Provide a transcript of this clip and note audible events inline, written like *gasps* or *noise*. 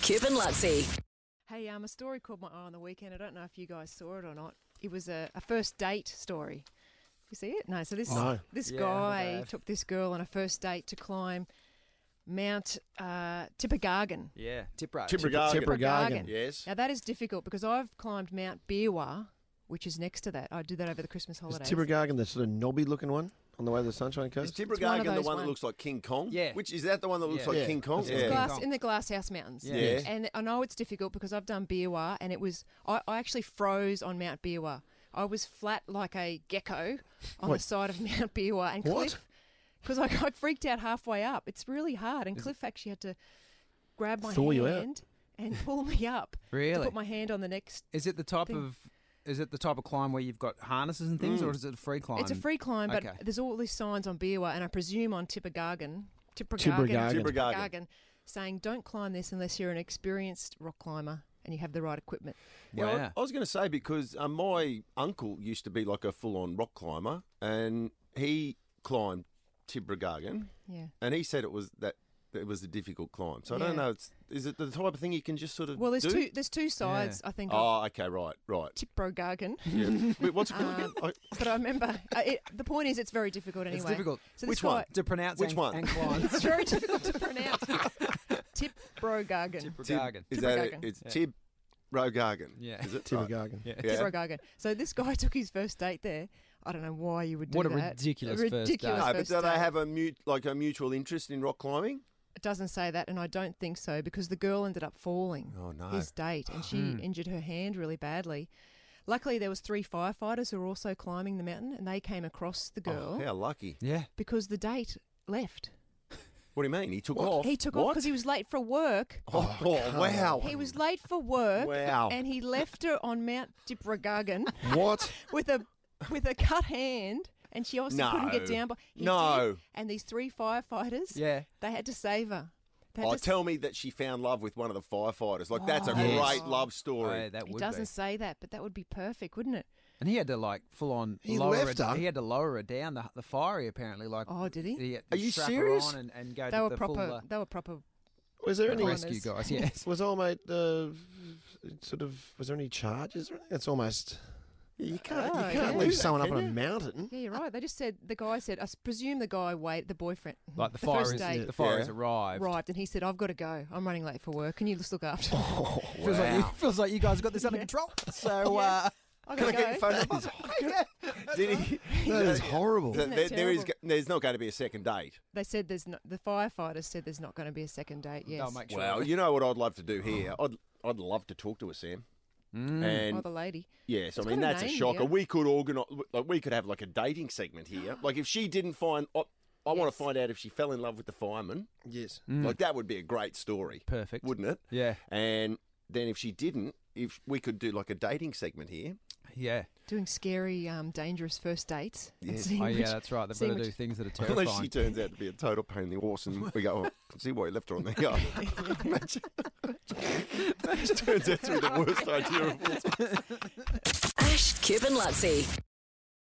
Kip and Luxie. Hey, um, a story caught my eye on the weekend. I don't know if you guys saw it or not. It was a, a first date story. You see it? No. So this No. this Yeah, guy I've- took this girl on a first date to climb Mount uh, Tippergargan. Yeah, Uh, Tipra. Tippergargan. Tippergargan. Yes. Now that is difficult because I've climbed Mount Beerwah, which is next to that. I did that over the Christmas Is holidays. Tibbergargan the sort of knobby looking one on the way to the Sunshine Is Coast? one Tibbergargan of the those one ones. that looks like King Kong? Yeah. Which is that the one that looks Yeah. like Yeah. King Kong? It's Yeah. King glass Kong. in the glasshouse mountains. Oh. Yeah. Yeah. And I know it's difficult because I've done Beerwah and it was I, I actually froze on Mount Beerwah. I was flat like a gecko on Wait. the side of *laughs* Mount Beerwah and What? Cliff because I got freaked out halfway up. It's really hard and Cliff actually had to grab my Thaw you out? hand and pull me up. To Really? put my hand on the next Is it the type Thing. of is it the type of climb where you've got harnesses and Mm. things, or is it a free climb? It's a free climb, but Okay. there's all these signs on Beerwah and I presume on Tippergargan. Tippergargan. Tippergargan. Tippergargan. Tippergargan, Saying don't climb this unless you're an experienced rock climber and you have the right equipment. Yeah, I- Wow. I was going to say because uh, my uncle used to be like a full-on rock climber, and he climbed Tibbergargan, Yeah. and he said it was that that it was a difficult climb. So I don't Yeah. know. It's, is it the type of thing you can just sort of Well, there's do? two. There's two sides. I think. of Oh, okay, right, *laughs* right. Tippergargan. Yeah. Wait, what's it called Um, again? Oh, I- But I remember. Uh, it, the point is, it's very difficult anyway. It's difficult So Which this guy- one? to pronounce Which and, one? and *laughs* climb. It's very difficult to *laughs* pronounce. *laughs* Tippergargan. Tib- Tippergargan. Is that it? Tibbergargan. It's Tib Rogargan. Yeah. Is it Right. Tibbergargan. Yeah. Yeah. Tippergargan. So this guy *laughs* took his first date there. I don't know why you would do What a that. ridiculous first date. ridiculous No, but first do they date. have a mute like a mutual interest in rock climbing? It doesn't say that, and I don't think so because the girl ended up falling. Oh, no. Hmm. His date, and she injured her hand really badly. Luckily, there was three firefighters who were also climbing the mountain, and they came across the girl Oh, how lucky! Yeah. because the date left. What do you mean? He took off. He took off because he was late for work. Oh, oh, wow! He was late for work. Wow. And he left her on Mount Dippergargan What? *laughs* with a with a cut hand, and she obviously couldn't get No. down. But he No. did, and these three firefighters, Yeah. they had to save her. They had Oh, to s- tell me that she found love with one of the firefighters. Like that's a Oh. Yes. great love story. Oh, that he would doesn't be. say that, but that would be perfect, wouldn't it? And he had to like full on He lower left it. her? He had to lower it down the the fiery apparently. Like Oh, did he? he had to Are you strap serious? Her on and, and go They to were the proper. full, uh, They were proper. Was there any Climbers. rescue *laughs* guys. *laughs* Yes. was all mate uh, sort of was there any charges or anything? It's almost You can't- you Oh, you yeah. can't leave someone up on a mountain. Yeah, you're right. They just said the guy said. I s- presume the guy wait the boyfriend. like *laughs* the, the fire first is date. the fire has Yeah. arrived. Arrived and he said, "I've got to go. I'm running late for work. Can you just look after?" *laughs* me? Feels like you, feels like you guys got this *laughs* under control. So uh, *laughs* I Can I gotta get your go. phone *laughs* number? Did he? *laughs* That is horrible. There, Isn't that there- there is, terrible? go- there's not going to be a second date. They said there's no, the firefighters said there's not going to be a second date. Yes. they'll make sure. Well, you know what I'd love to do here. I'd I'd love to talk to her, Sam. oh, And the lady. yes, I It's mean got a that's a name shocker. here. We could organize, like we could have like a dating *gasps* segment here. Like if she didn't find, I, I Yes. want Mm. to find out if she fell in love with the fireman. Yes. Like that would be a great story. Mm. Perfect. wouldn't it? Yeah. And then if she didn't, if we could do like a dating segment here, Yeah. Doing scary, um, dangerous first dates. and Yes. seeing Oh which- yeah, that's right. They've seeing got to do which- things that are *laughs* unless she terrifying. turns out to be a total pain in the horse, and we *laughs* go, oh, see why he left her on the yard. *laughs* Imagine- *laughs* Turns out to be the worst idea of all time. Ash, Kip and Luxie.